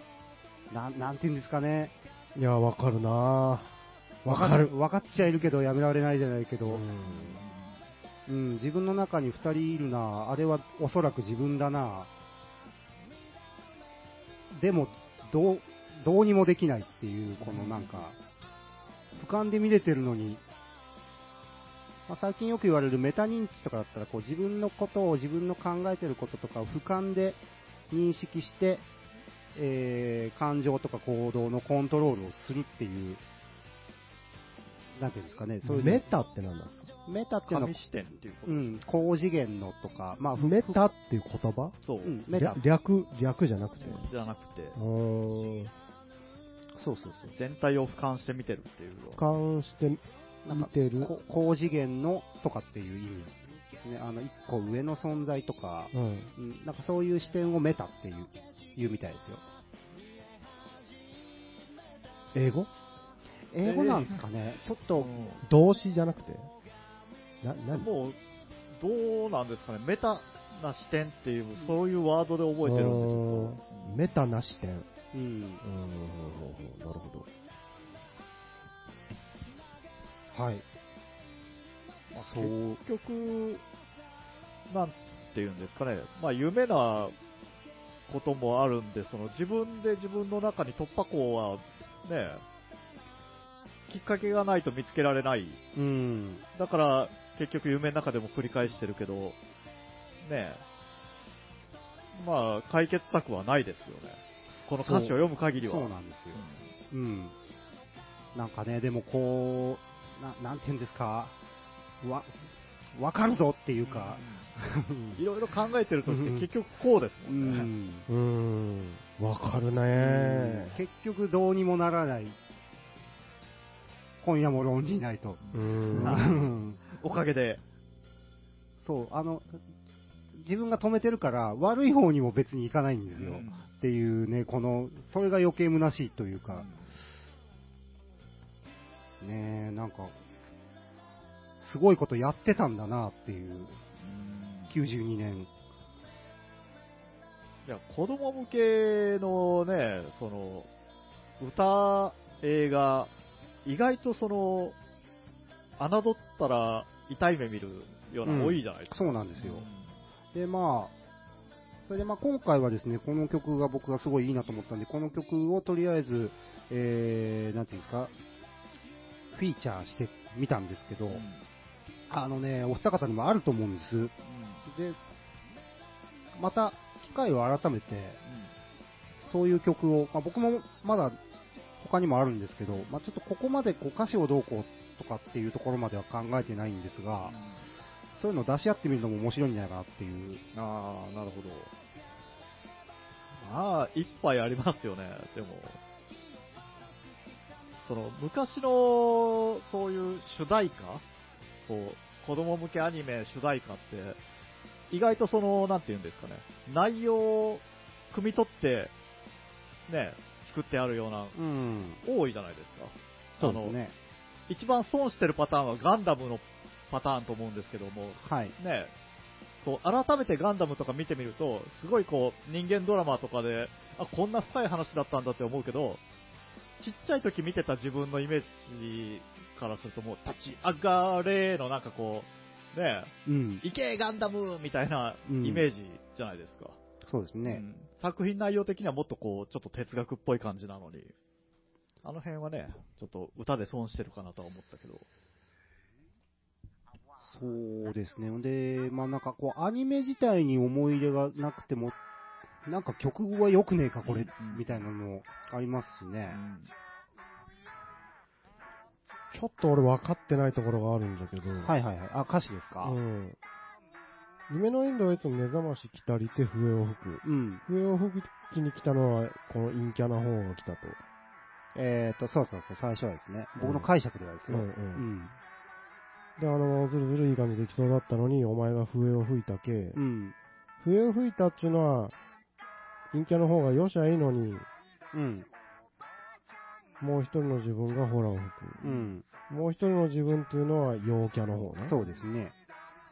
う、なん、なんていうんですかね。いや、わかるなぁ。わわかる。分かっちゃいるけどやめられないじゃないけど、ううんん 自分の中に2人いるなあれはおそらく自分だなでもどうどうにもできないっていうこのなんか俯瞰で見れてるのに、まあ、最近よく言われるメタ認知とかだったらこう自分のことを自分の考えてることとかを俯瞰で認識して、えー感情とか行動のコントロールをするっていうなんていうんですかねそういうのメタってなんだメタっていうのは紙、視点っていうこうと。ん、高次元のとか、まあ、ふメタっていう言葉そうう。ん、メタ、略、略じゃなくて。じゃなくて、うーん。そうそう全体を俯瞰して見てるっていう。俯瞰して、そう、なん見かてる。こ高次元のとかっていう意味ですね、あの、一個上の存在とか、うん。うん、なんかそういう視点をメタっていう、言うみたいですよ。英語英語なんですかね。ちょっと、動詞じゃなくて。な、何もう、どうなんですかね、メタな視点っていう、そういうワードで覚えてるんですよ。うーんメタな視点。ううんー。ん、なるほど。はい。そう。結局、なんていうんですかね、まあ、夢なこともあるんで、その自分で自分の中に突破口は、ね、きっかけがないと見つけられない。うん。だから、結局夢の中でも繰り返してるけど、ねえ、まあ、解決策はないですよね。この歌詞を読む限りは。そうなんですよ。うん。なんかね、でもこう、ななんて言うんですか、わ、わかるぞっていうか、うんいろいろ考えてるときっうんて結局こうですうもんね。ん。うーん、わかるねー結局どうにもならない。今夜も論じないと。うー。うんんおかげで。そう、あの、自分が止めてるから、悪い方にも別に行かないんですよ。っていうね、この、それが余計虚しいというか、ねえ、なんか、すごいことやってたんだなっていう、92年。いや、子供向けのね、その、歌、映画、意外とその、侮ったら痛い目見るようなの多いじゃないですか。そうなんですよ。で、まあ、それでまあ今回はですね、この曲が僕がすごいいいなと思ったんで、この曲をとりあえず、えー、なんていうんですか、フィーチャーしてみたんですけど、うんあのね、お二方にもあると思うんです。で、また、機会を改めて、そういう曲を、まあ、僕もまだ他にもあるんですけど、まあ、ちょっとここまでこう歌詞をどうこうとかっていうところまでは考えてないんですが、そういうのを出し合ってみるのも面白いんじゃないかなっていう。ああ、なるほど。まあ、一杯ありますよね、でも。その、昔の、そういう主題歌こう、子供向けアニメ主題歌って、意外とその、なんて言うんですかね、内容を汲み取って、ね、作ってあるような、うん。多いじゃないですか。そうですね。あの、一番損してるパターンはガンダムのパターンと思うんですけども、はい。ね、こう改めてガンダムとか見てみると、すごいこう人間ドラマとかで、あこんな深い話だったんだって思うけど、ちっちゃい時見てた自分のイメージからすると、もう立ち上がれのなんかこう、ね、うん。行けガンダムみたいなイうんメージじゃないですか。そうですうね。ん作品内容的にはもっとこう、ちょっと哲学っぽい感じなのに、あの辺はね、ちょっと歌で損してるかなとは思ったけど。そうですね。で、まあなんかこう、アニメ自体に思い入れがなくても、なんか曲は良くねえか、これ、うんみたいなのもありますしね。ちょっと俺分かってないところがあるんだけど。はいはいはい。あ、歌詞ですかうん。夢のエンドはいつも目覚まし来たりて笛を吹く。うん。笛を吹きに来たのは、この陰キャな方が来たと。えっ、と、そうそうそう、最初はですね。僕の解釈ではですうんよ。う。うんん。で、あの、ずるずるいい感じできそうだったのに、お前が笛を吹いたけ。うん。笛を吹いたっちゅうのは、陰キャの方がよしゃいいのに、うん。もう一人の自分がホラを吹く。うん。もう一人の自分っていうのは陽キャの方ね。そうですね。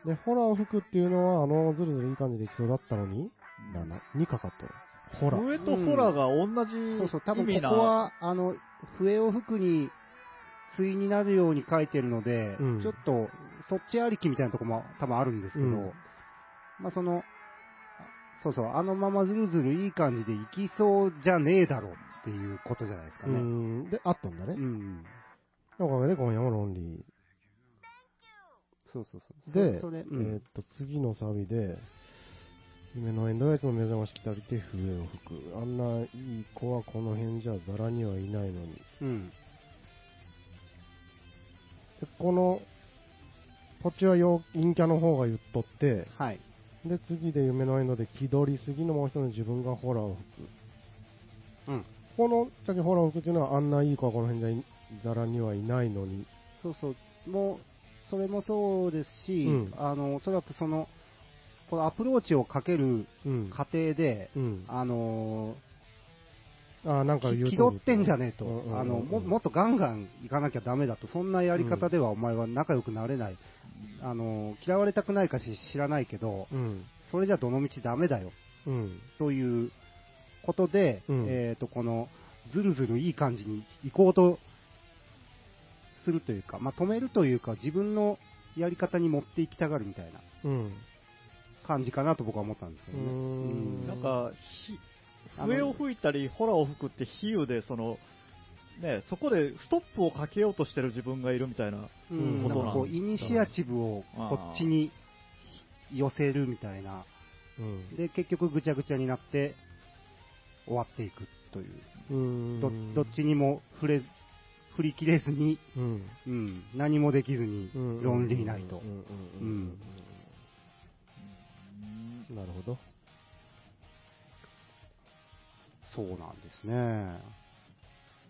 で、ホラを吹くっていうのは、あの、ずるずるいい感じできそうだったのに、な、な、にかかったよ。ホラ。上とホラが同じそうそう、多意分味ここな、は、あの、笛を吹くに、対になるように書いてるので、うんちょっと、そっちありきみたいなとこも多分あるんですけど、うんまあその、そうそう、あのままずるずるいい感じでいきそうじゃねえだろうっていうことじゃないですかうね。ん、で、あったんだうね。ん。おかげで今夜もロンリそうそうそう。ー。で、それ、うえーっん。と、次のサビで、夢のエンドはいつも目覚まし来たりて笛を吹く。あんないい子はこの辺じゃザラにはいないのに。で、うん。この、こっちは陽陰キャの方が言っとって、はい。で、次で夢のエンドで気取りすぎのもう一人の自分がホラーを吹く。うん。この先ホラーを吹くっていうのはあんないい子はこの辺じゃいザラにはいないのに。そうそう、もう、それもそうですし、うんあの、おそらくその、このアプローチをかけるうん。過程で、うん。あのーあーなんか言う気取ってんじゃねねえと、うんうんうんうんあのも、もっとガンガン行かなきゃダメだと、そんなやり方ではお前は仲良くなれない、あの嫌われたくないかし知らないけど、うん。それじゃどのみちダメだようん。ということで、うんえっ、と、この、ずるずるいい感じに行こうとするというか、まあ、止めるというか、自分のやり方に持っていきたがるみたいなうん。感じかなと僕は思ったんですけどね。うーんなんか、ひ笛を吹いたり、ホラを吹くって比喩で、その、ね、そこでストップをかけようとしてる自分がいるみたいな。ううん、んなんかこことなう、んイニシアチブをこっちに寄せるみたいな。うん。で、結局ぐちゃぐちゃになって、終わっていくという。うーんどどっちにも触れず、振り切れずに、うん。うん、何もできずにう、んロンリーナイトう。んうんううんんうん。なるほど。そうなんですね。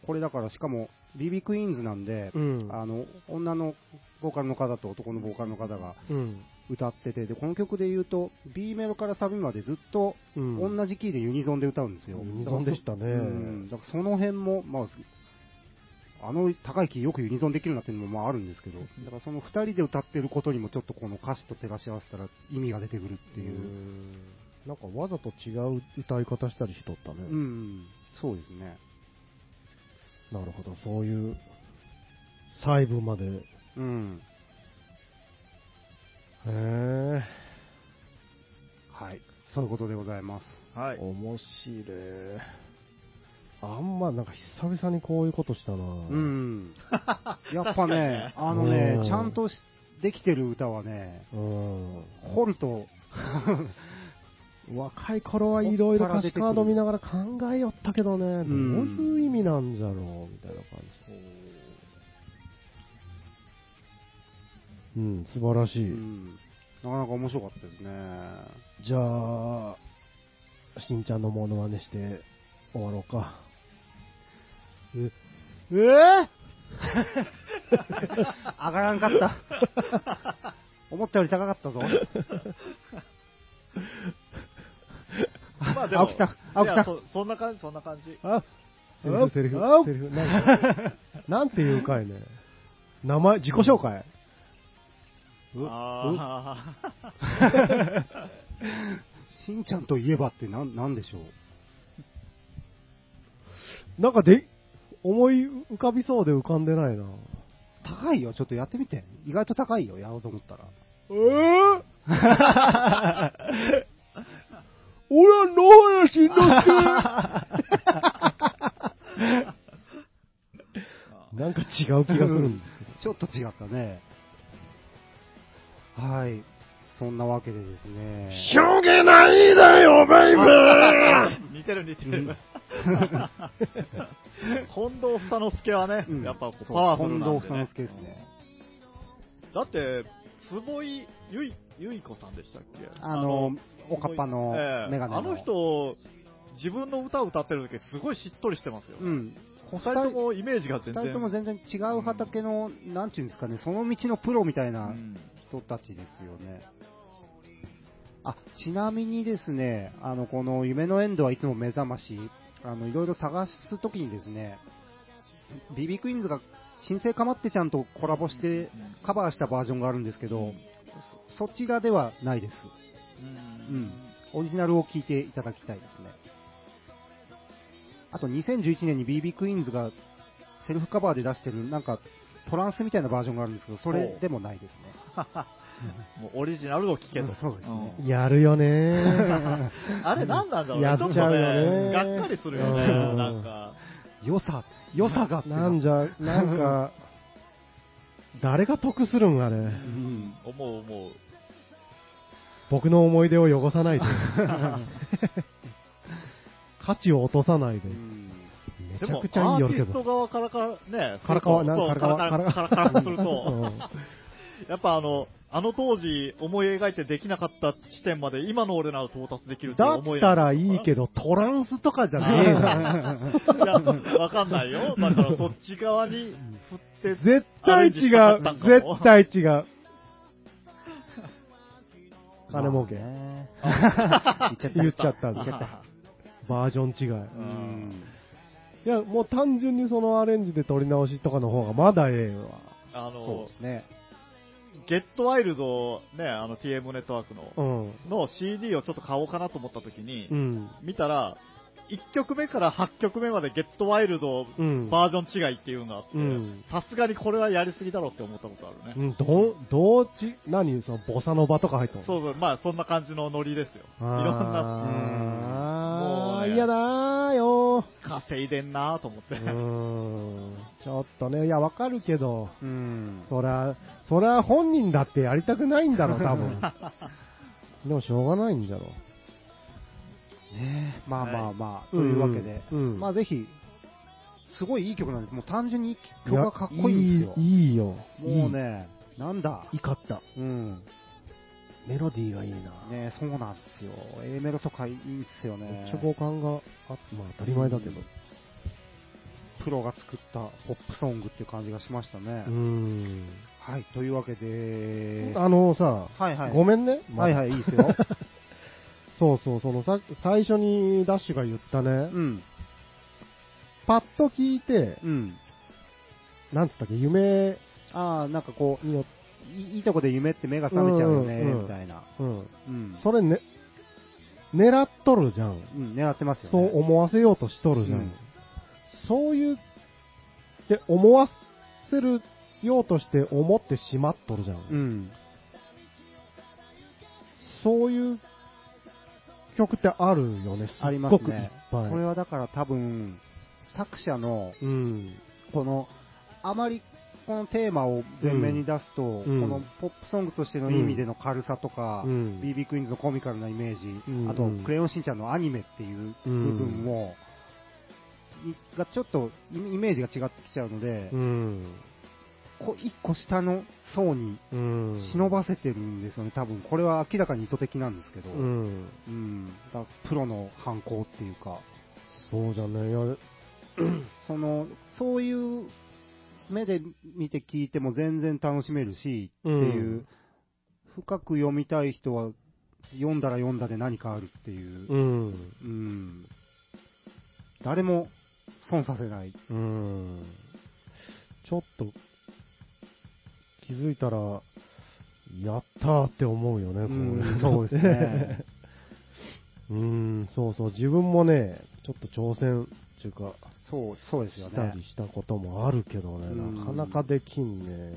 これだから、しかも、ビビクイーンズなんで、うんあの、女のボーカルの方と男のボーカルの方がうん。歌ってて、で、この曲で言うと、B メロからサビまでずっとうん。同じキーでユニゾンで歌うんですよ。ユニゾンでしたねうんだからその辺も、まあ、あの高いキーよくユニゾンできるなっていうのもまああるんですけど、だからその2人で歌ってることにもちょっとこの歌詞と照らし合わせたら意味が出てくるっていうう。んなんかわざと違う歌い方したりしとったね。うん、うんそうですね。なるほど、そういう細部まで。へうん。え、はい。そういうことでございます。はい。面白い。あんまなんか久々にこういうことした なうん。やっぱね、あのねうん、ちゃんとしできてる歌はね、うん。掘る と、若い頃はいろいろ歌詞カード見ながら考えよったけどね、どううんいう意味なんじゃろうみたいな感じ。うん、素晴らしうい。ん、なかなか面白かったですね。じゃあ、しんちゃんのモノマネして終わろうか。え、えー 上がらんかった。思ったより高かったぞ。まあでも青木さん青木さんいやそそんな感じ、そんな感じ。あセリフセリフあセリフなんかなんていうかいね。名前、自己紹介。ああ。 しんちゃんといえばってなんなんでしょう。なんかで、思い浮かびそうで浮かんでないな。高いよ、ちょっとやってみて。意外と高いよ、やろうと思ったら。えぇ 俺は野原しん なんか違う気がするんで ちょっと違ったね。はい。そんなわけでですね。すけど。しょげないだよ、バイバ ー似てる似 てる。近藤房之助はね、うんやっぱこうそパうワフルなんで、ね。近藤房之助ですねだって、坪井ゆい、ゆい子さんでしたっけあの、おかっぱのええメガネの。あの。人、自分の歌を歌ってる時すごいしっとりしてますよ。うん。二人ともイメージが全二然。人とも全然違う畑の、なんていうんですかね、その道のプロみたいなうん人たちですよね。あ、ちなみにですね、あの、この夢のエンドはいつも目覚まし、あの、いろいろ探すときにですね、ビビクイーンズが新生かまってちゃんとコラボしてカバーしたバージョンがあるんですけど、そそちらではないです。うんオリジナルを聞いていただきたいですね。あと2011年に BB クイーンズがセルフカバーで出してるなんかトランスみたいなバージョンがあるんですけど、それでもないですね。もうオリジナルを聴けと、うんそうですねうイやるよねんあれ何なんだろうねやっちゃうよねちょっとがっかりするよね、うんなんか。良さ、良さがってななんじゃ、なんか、誰が得するんあれ。ん思う思う。僕の思い出を汚 さないで。価値を落とさないで。うんめでちゃも、くちゃいい夜けアーティスト側ど。からからね、からかわ、なそうからかわ、からかわからかわするうと、んやっぱあの、あの当時思い描いてできなかった地点まで今の俺なら到達できるってだ思っいたなのらいいけど、トランスとかじゃねえな。いや、わかんないよ。だからこっち側に振って、絶アレ対違うンジしたかったんかも絶対違う金儲けまあね 言っちゃったん言っちゃっだ。バージョン違い。うんいや、もう単純にそのアレンジで撮り直しとかの方がまだええわ。あそうので、すね。ゲットワイルド、ね、あの TM ネットワークの、うん。の CD をちょっと買おうかなと思った時に、うん。見たら、1曲目から8曲目までゲットワイルドうん。バージョン違いっていうのがあってうん、さすがにこれはやりすぎだろうって思ったことあるうね。ん、ど、どうち、何その、ボサノバとか入ったのそうそう、まあそんな感じのノリですよ。いろんな、うあーんもうね嫌だーよ稼いでんなと思って。ー。うーん。ちょっとね、いや、わかるけど、うん。そりゃ、そりゃ本人だってやりたくないんだろう、多分。でもしょうがないんだろう。ねえまあはいまあまあ、というわけで、うんうんまあぜひ、すごいいい曲なんです。もう単純に一曲がかっこいいんですよ。いいいいよ。もうね、なんだ、いい。いかった。うん。メロディーがいいな。ねそうなんですよ。A メロとかいいんですよめねっちゃ。五感があって、まあ当たり前だけど。プロが作ったポップソングっていう感じがしましたね。ん。はい、というわけで、あのさ、はいはい。ごめんね。はいはい、いいです よ。そうそう、そのさ、最初にダッシュが言ったねう、ん、パッと聞いて、うん。なんつったっけ、夢ああ、なんかこによっう、いいいとこで夢って目が覚めちゃうよね、うんうんうんみたいな。うん。うん。それね、狙っとるじゃん。うん、狙ってますよね。そう思わせようとしとるじゃん。うんそういう、って思わせるようとして思ってしまっとるじゃん。うん。そういう曲ってあるよね、ありまっすごくいっね。ぱい。それはだから多分、作者の、うん。この、あまり、このテーマを前面に出すと、んこのポップソングとしての意味での軽さとか、うん。 BB クイーンズのコミカルなイメージ、うんあと、クレヨンしんちゃんのアニメっていう部分も、いがちょっとイイメージが違ってきちゃうので、うん。こう一個下の層にうん。忍ばせてるんですよね、多分これは明らかに意図的なんですけど、ううんん。だからプロの犯行っていうか、そうじゃねいやそのそういう目で見て聞いても全然楽しめるしっていう、うん深く読みたい人は読んだら読んだで何かあるっていう、うん。うん誰も損させない。うん。ちょっと、気づいたら、やったーって思うよね、うんこいのそうですね。 うん、そうそう、自分もね、ちょっと挑戦っていうか、そう、そうですよしたねり。したこともあるけどね、うんなかなかできんね。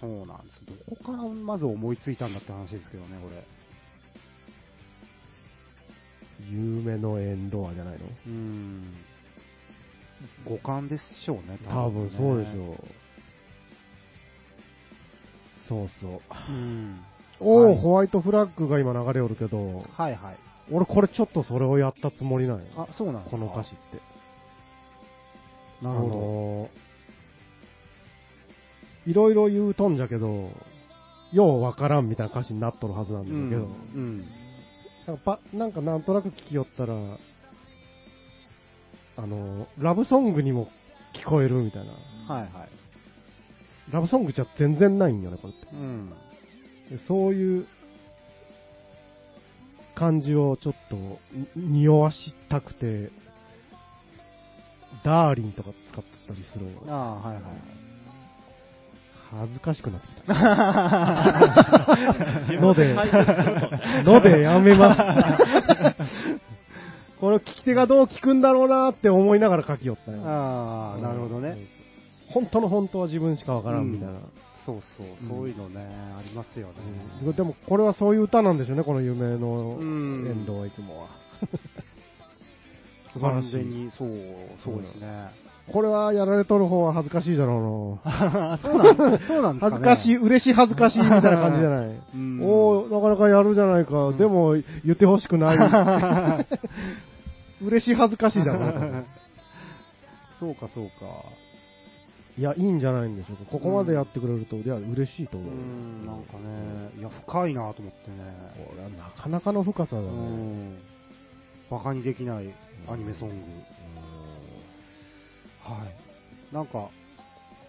そうなんです。どこからまず思いついたんだって話ですけどね、これ。夢のエンドアじゃないのうん。五感でしょうね、多分ねそうでしょう。そうそう。うん。おー、はいホワイトフラッグが今流れおるけど、はいはい。俺これちょっとそれをやったつもりなんよ。あ、そうなんですこかの歌詞って。なるほど。あのーいろいろ言うとんじゃけど、ようわからんみたいな歌詞になっとるはずなんだうんけど、うん。なんかばなんかなんとなく聞きよったら、あのーラブソングにも聞こえるみたいな。はいはい。ラブソングじゃ全然ないんよね、これって。うん。でそういう感じをちょっとに匂わしたくて、ダーリンとか使ったりするのあがあ、はいはい。恥ずかしくなってきた。 の で、解決するとねのでやめます。 この聞き手がどう聞くんだろうなって思いながら書きよったよ。ああ、なるほどね。うん。本当の本当は自分しかわからんみたいな。そうそう、そういうのね、ありますよね。うんでもこれはそういう歌なんでしょうね、この夢のうんエンドはいつもは。素晴ら し完い全に、そう、そうですね。これはやられとる方は恥ずかしいだろうな。あ そうなん、そうなんですかね。恥ずかしい、嬉しい、恥ずかしいみたいな感じじゃない。うんおおなかなかやるじゃないか。でも、言ってほしくない。 嬉しい、恥ずかしいだから。そうか、そうか。いや、いいんじゃないんでしょうか。ここまでやってくれると、いや、嬉しいとう思う。ん、なんかね、いや、深いなと思ってね。これはなかなかの深さだうね。うんん。バカにできないアニメソング。はい。なんか、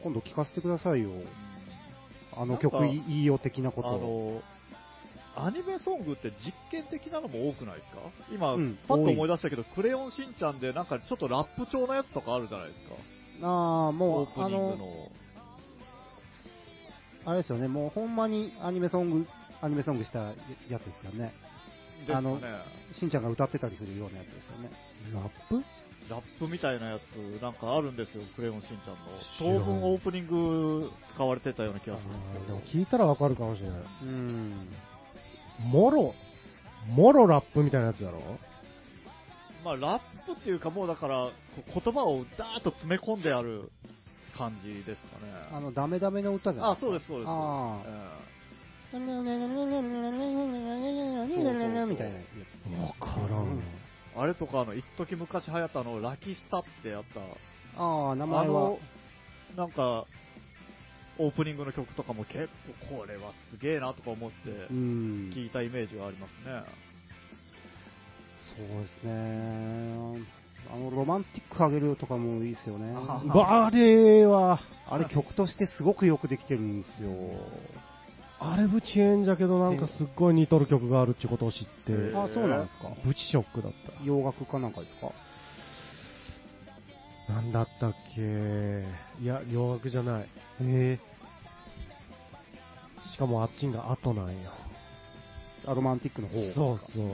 今度聞かせてくださいよ。あの曲なんかいいいよ的なこあと。の、アニメソングって実験的なのも多くないですか今、うんパッ多とい思い出したけど、クレヨンしんちゃんでなんかちょっとラップ調のやつとかあるじゃないですか。ああ、オもープう、あニングの、の。あれですよね、もうほんまにアニメソング、アニメソングしたやつですよね。ですかあのね。しんちゃんが歌ってたりするようなやつですよね。ラップラップみたいなやつ、なんかあるんですよ、クレヨンしんちゃん知の。ら当ん分オープニング使われてたような気がするんであすーけでもど。聞いたらわかるかもしれない。うん。もろ、もろラップみたいなやつだろまあ、ラップっていうかもうだから、こう言葉をダーッと詰め込んである感じですかね。あの、ダメダメの歌じゃないあ、そうです、そうです。あええみたいなやわからんな。あれとか、あの、一時昔流行ったあの、ラキスタってやった、つ。ああ、名あ前はの。、なんか、オープニングの曲とかも結構これはすげえなとか思ってうん。聞いたイメージがあります ね。 そうですね。あの、ロマンティックあげるよとかもいいですよ ね。あうわあれは、あれ曲としてすごくよくできてるんですよ。あれブチえんじゃけどなんかすっごい似とる曲があるってことを知って、えーあ、そうなんですか。ブチショックだった。洋楽かなんかですかなんだったっけいや、洋楽じゃない。えー、しかもあっちんが後なんや。あロマンティックの方そうですかそう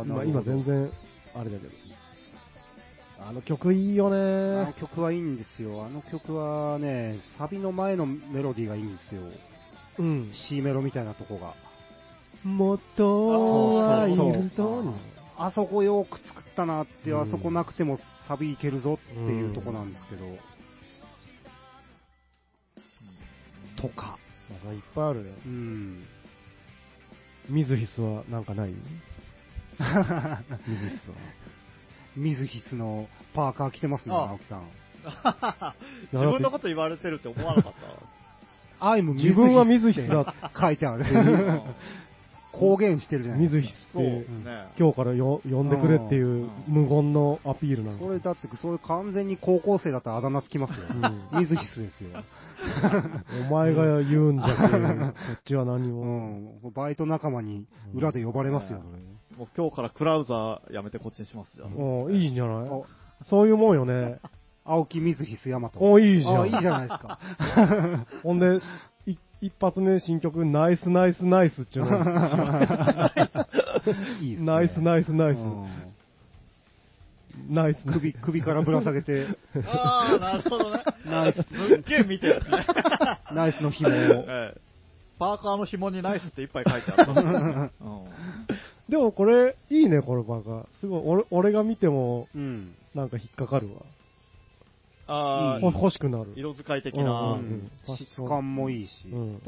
あ。ーな今るほど今全然、あれだけど。あの曲いいよねあの曲はいいんですよ。あの曲はね、サビの前のメロディーがいいんですよ。うん。 C メロみたいなとこが。もっとはいるとそうそうそうあそこよく作ったなって、うんあそこなくてもサビいけるぞっていうとこなんですけど。とか。なんかいっぱいあるね。うん。ミズヒスはなんかないミズヒスは。水筆のパーカー着てますね、あ青木さん。自分のこと言われてるって思わなかっアイム自分は水って筆だ。書いてあた。うる。ん公言してるじゃない水です筆か。そうってね、。今日からよ呼んでくれっていう無言のアピールなんそれでだって、それ完全に高校生だったらあだ名つきますよ。う水筆です よ。お前が言うんじゃけこっちは何うも。ん。バイト仲間に裏で呼ばれますよ、もう今日からクラウザーやめてこっちにしますよ。おいいんじゃないおそういうもんよね。青木水筆大和。おいいじゃあいいん。じゃないですか。 ほんで、い一発目新曲、ナイスナイスナイスっていうの。いいですね。ナイスナイスナイス。うんナイスナイス。首、首からぶら下げて、ああ、なるほどね。ナイス、すっげえ見てるね。ナイスの紐を。 ええパーカーの紐にナイスっていっぱい書いてあ る。うんでもこれ、いいね、これバカ。すごい、俺俺が見ても、うん。なんか引っかかるわ。あほあ、欲しくなる。色使い的うな。んうん質感もいいし。うん。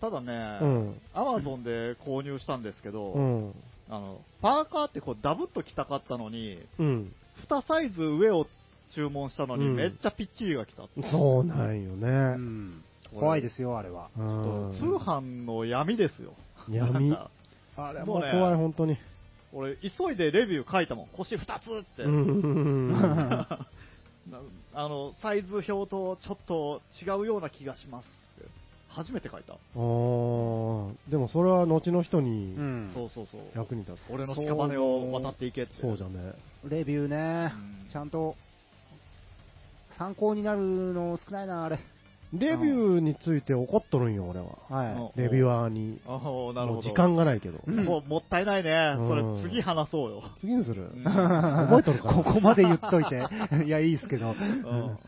ただうね、ん。アマゾンで購入したんですけうど、ん。あの、パーカーってこうダブっと着たかったのに、うん。 2サイズ上を注文したのにうんめっちゃぴっちりが来た。そうなんようね。ん怖いですよ、あれは。うちょんっと通販の闇ですよ。闇なん。かあれももううね怖い、本当に。俺、急いでレビュー書いたもん。腰2つって。 うんうんうん。なあの、サイズ表とちょっと違うような気がしますって。初めて書いた。あーでもそれは後の人にうんそうそうそう。役に立つ。俺の屍を渡っていけって。そうじゃね。レビューねうん、ちゃんと、参考になるの少ないな、あれ。レビューについて怒っとるんよ、俺は。はレビュアーに。ああ、なるもほど。う時間がないけど。うんもうもったいないね。それうん次話そう よ。次にするうん覚えとるか い。ここまで言っといて。いや、いいですけど。うん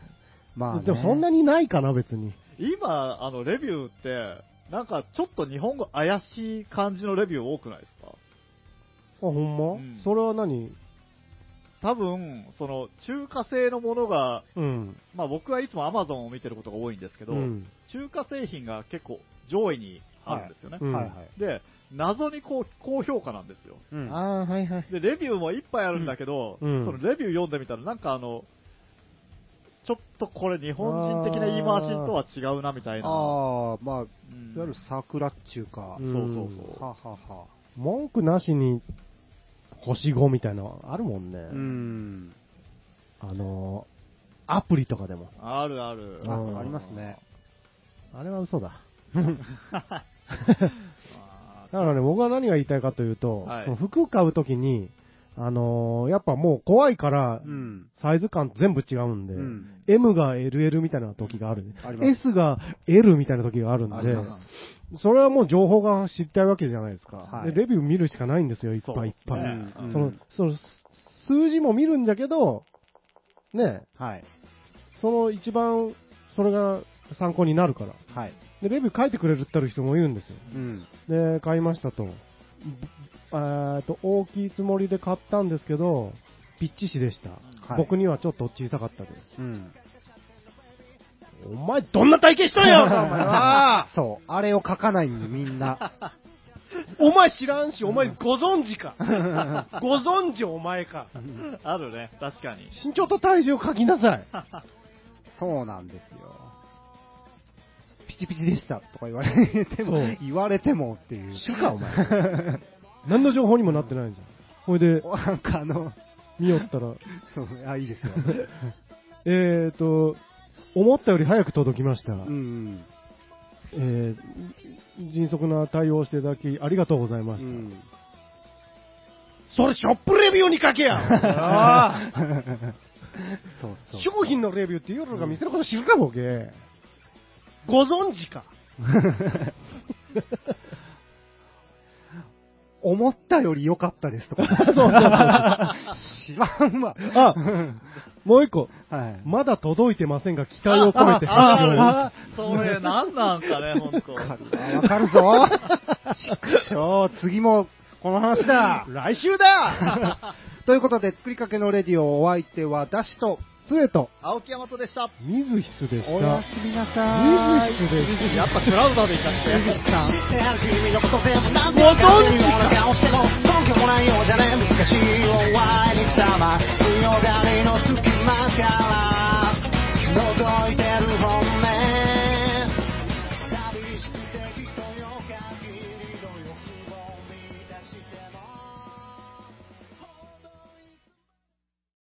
まあ、なね。でもそんなにないかな、別に。今、あの、レビューって、なんかちょっと日本語怪しい感じのレビュー多くないですかあ、ほんま、うんそれは何多分、その、中華製のものが、うん。まあ僕はいつも Amazon を見てることが多いんですけど、うん。中華製品が結構上位にあるんですよね。うんはいはい。で、謎にこう高評価なんですよ。うんああ、はいはい。で、レビューもいっぱいあるんだけど、うんそのレビュー読んでみたら、なんかあの、ちょっとこれ日本人的な言い回しとは違うなみたいな。あー、まあ、いうんわゆる桜っちゅうかう、そんうそうそう。ははは。文句なしに星5みたいなのあるもんね。うん。あのー、アプリとかでも。あるある。うんあ、 ありますね。あれは嘘だ。あだからね、僕は何が言いたいかというと、はいその服買うときに、あのーやっぱもう怖いからう、ん。サイズ感全部違うんで、うん。 M が LL みたいな時がある、あります S が L みたいな時があるんあでります、それはもう情報が知りたいわけじゃないですか、はいで。レビュー見るしかないんですよ、いっぱいいっぱい。そうでそ,、すねうんのその数字も見るんだけど、ね、はい。その一番それが参考になるから。はい。で、レビュー書いてくれるって人もいるんですよ。うん。で、買いましたと。ぶえーっと、大きいつもりで買ったんですけど、ピッチしでした。はい僕にはちょっと小さかったです。うん。お前、どんな体験しとん やお前は そう。あれを書かないんで、みん な。お前知らんし、お前ご存知 かご存知お前かあるね、確かに。身長と体重を書きなさい そうなんですよ。ピチピチでしたとか言われてもそう、言われてもっていう。主かお前何の情報にもなってないじゃん。ほいで、なんかあの、見よったら、そう、あ、いい ですよ。 えーっと、思ったより早く届きました。うん。えー迅速な対応をしていただき、ありがとうございまうした。ん。それショップレビューに書けやそうそう。 商品のレビューっていうのが店のこと知るか、ボケ。ご存知か。思ったより良かったですと か。知らんわ。あ、もう一個。はい。まだ届いてませんが、期待を込めてあ発表あそれ、なんなんかね、ほんと。わかるわわかるぞ。ちくしょう、次もこの話 だ。来週だ ということで、作りかけのレディオ、お相手はダシと、つえと、青木山とでした。水必でした。おやすみなさーい。水必でした。やっぱクラウドでいたっ水て。口さん君のこと全部何でも知ってるよ俺が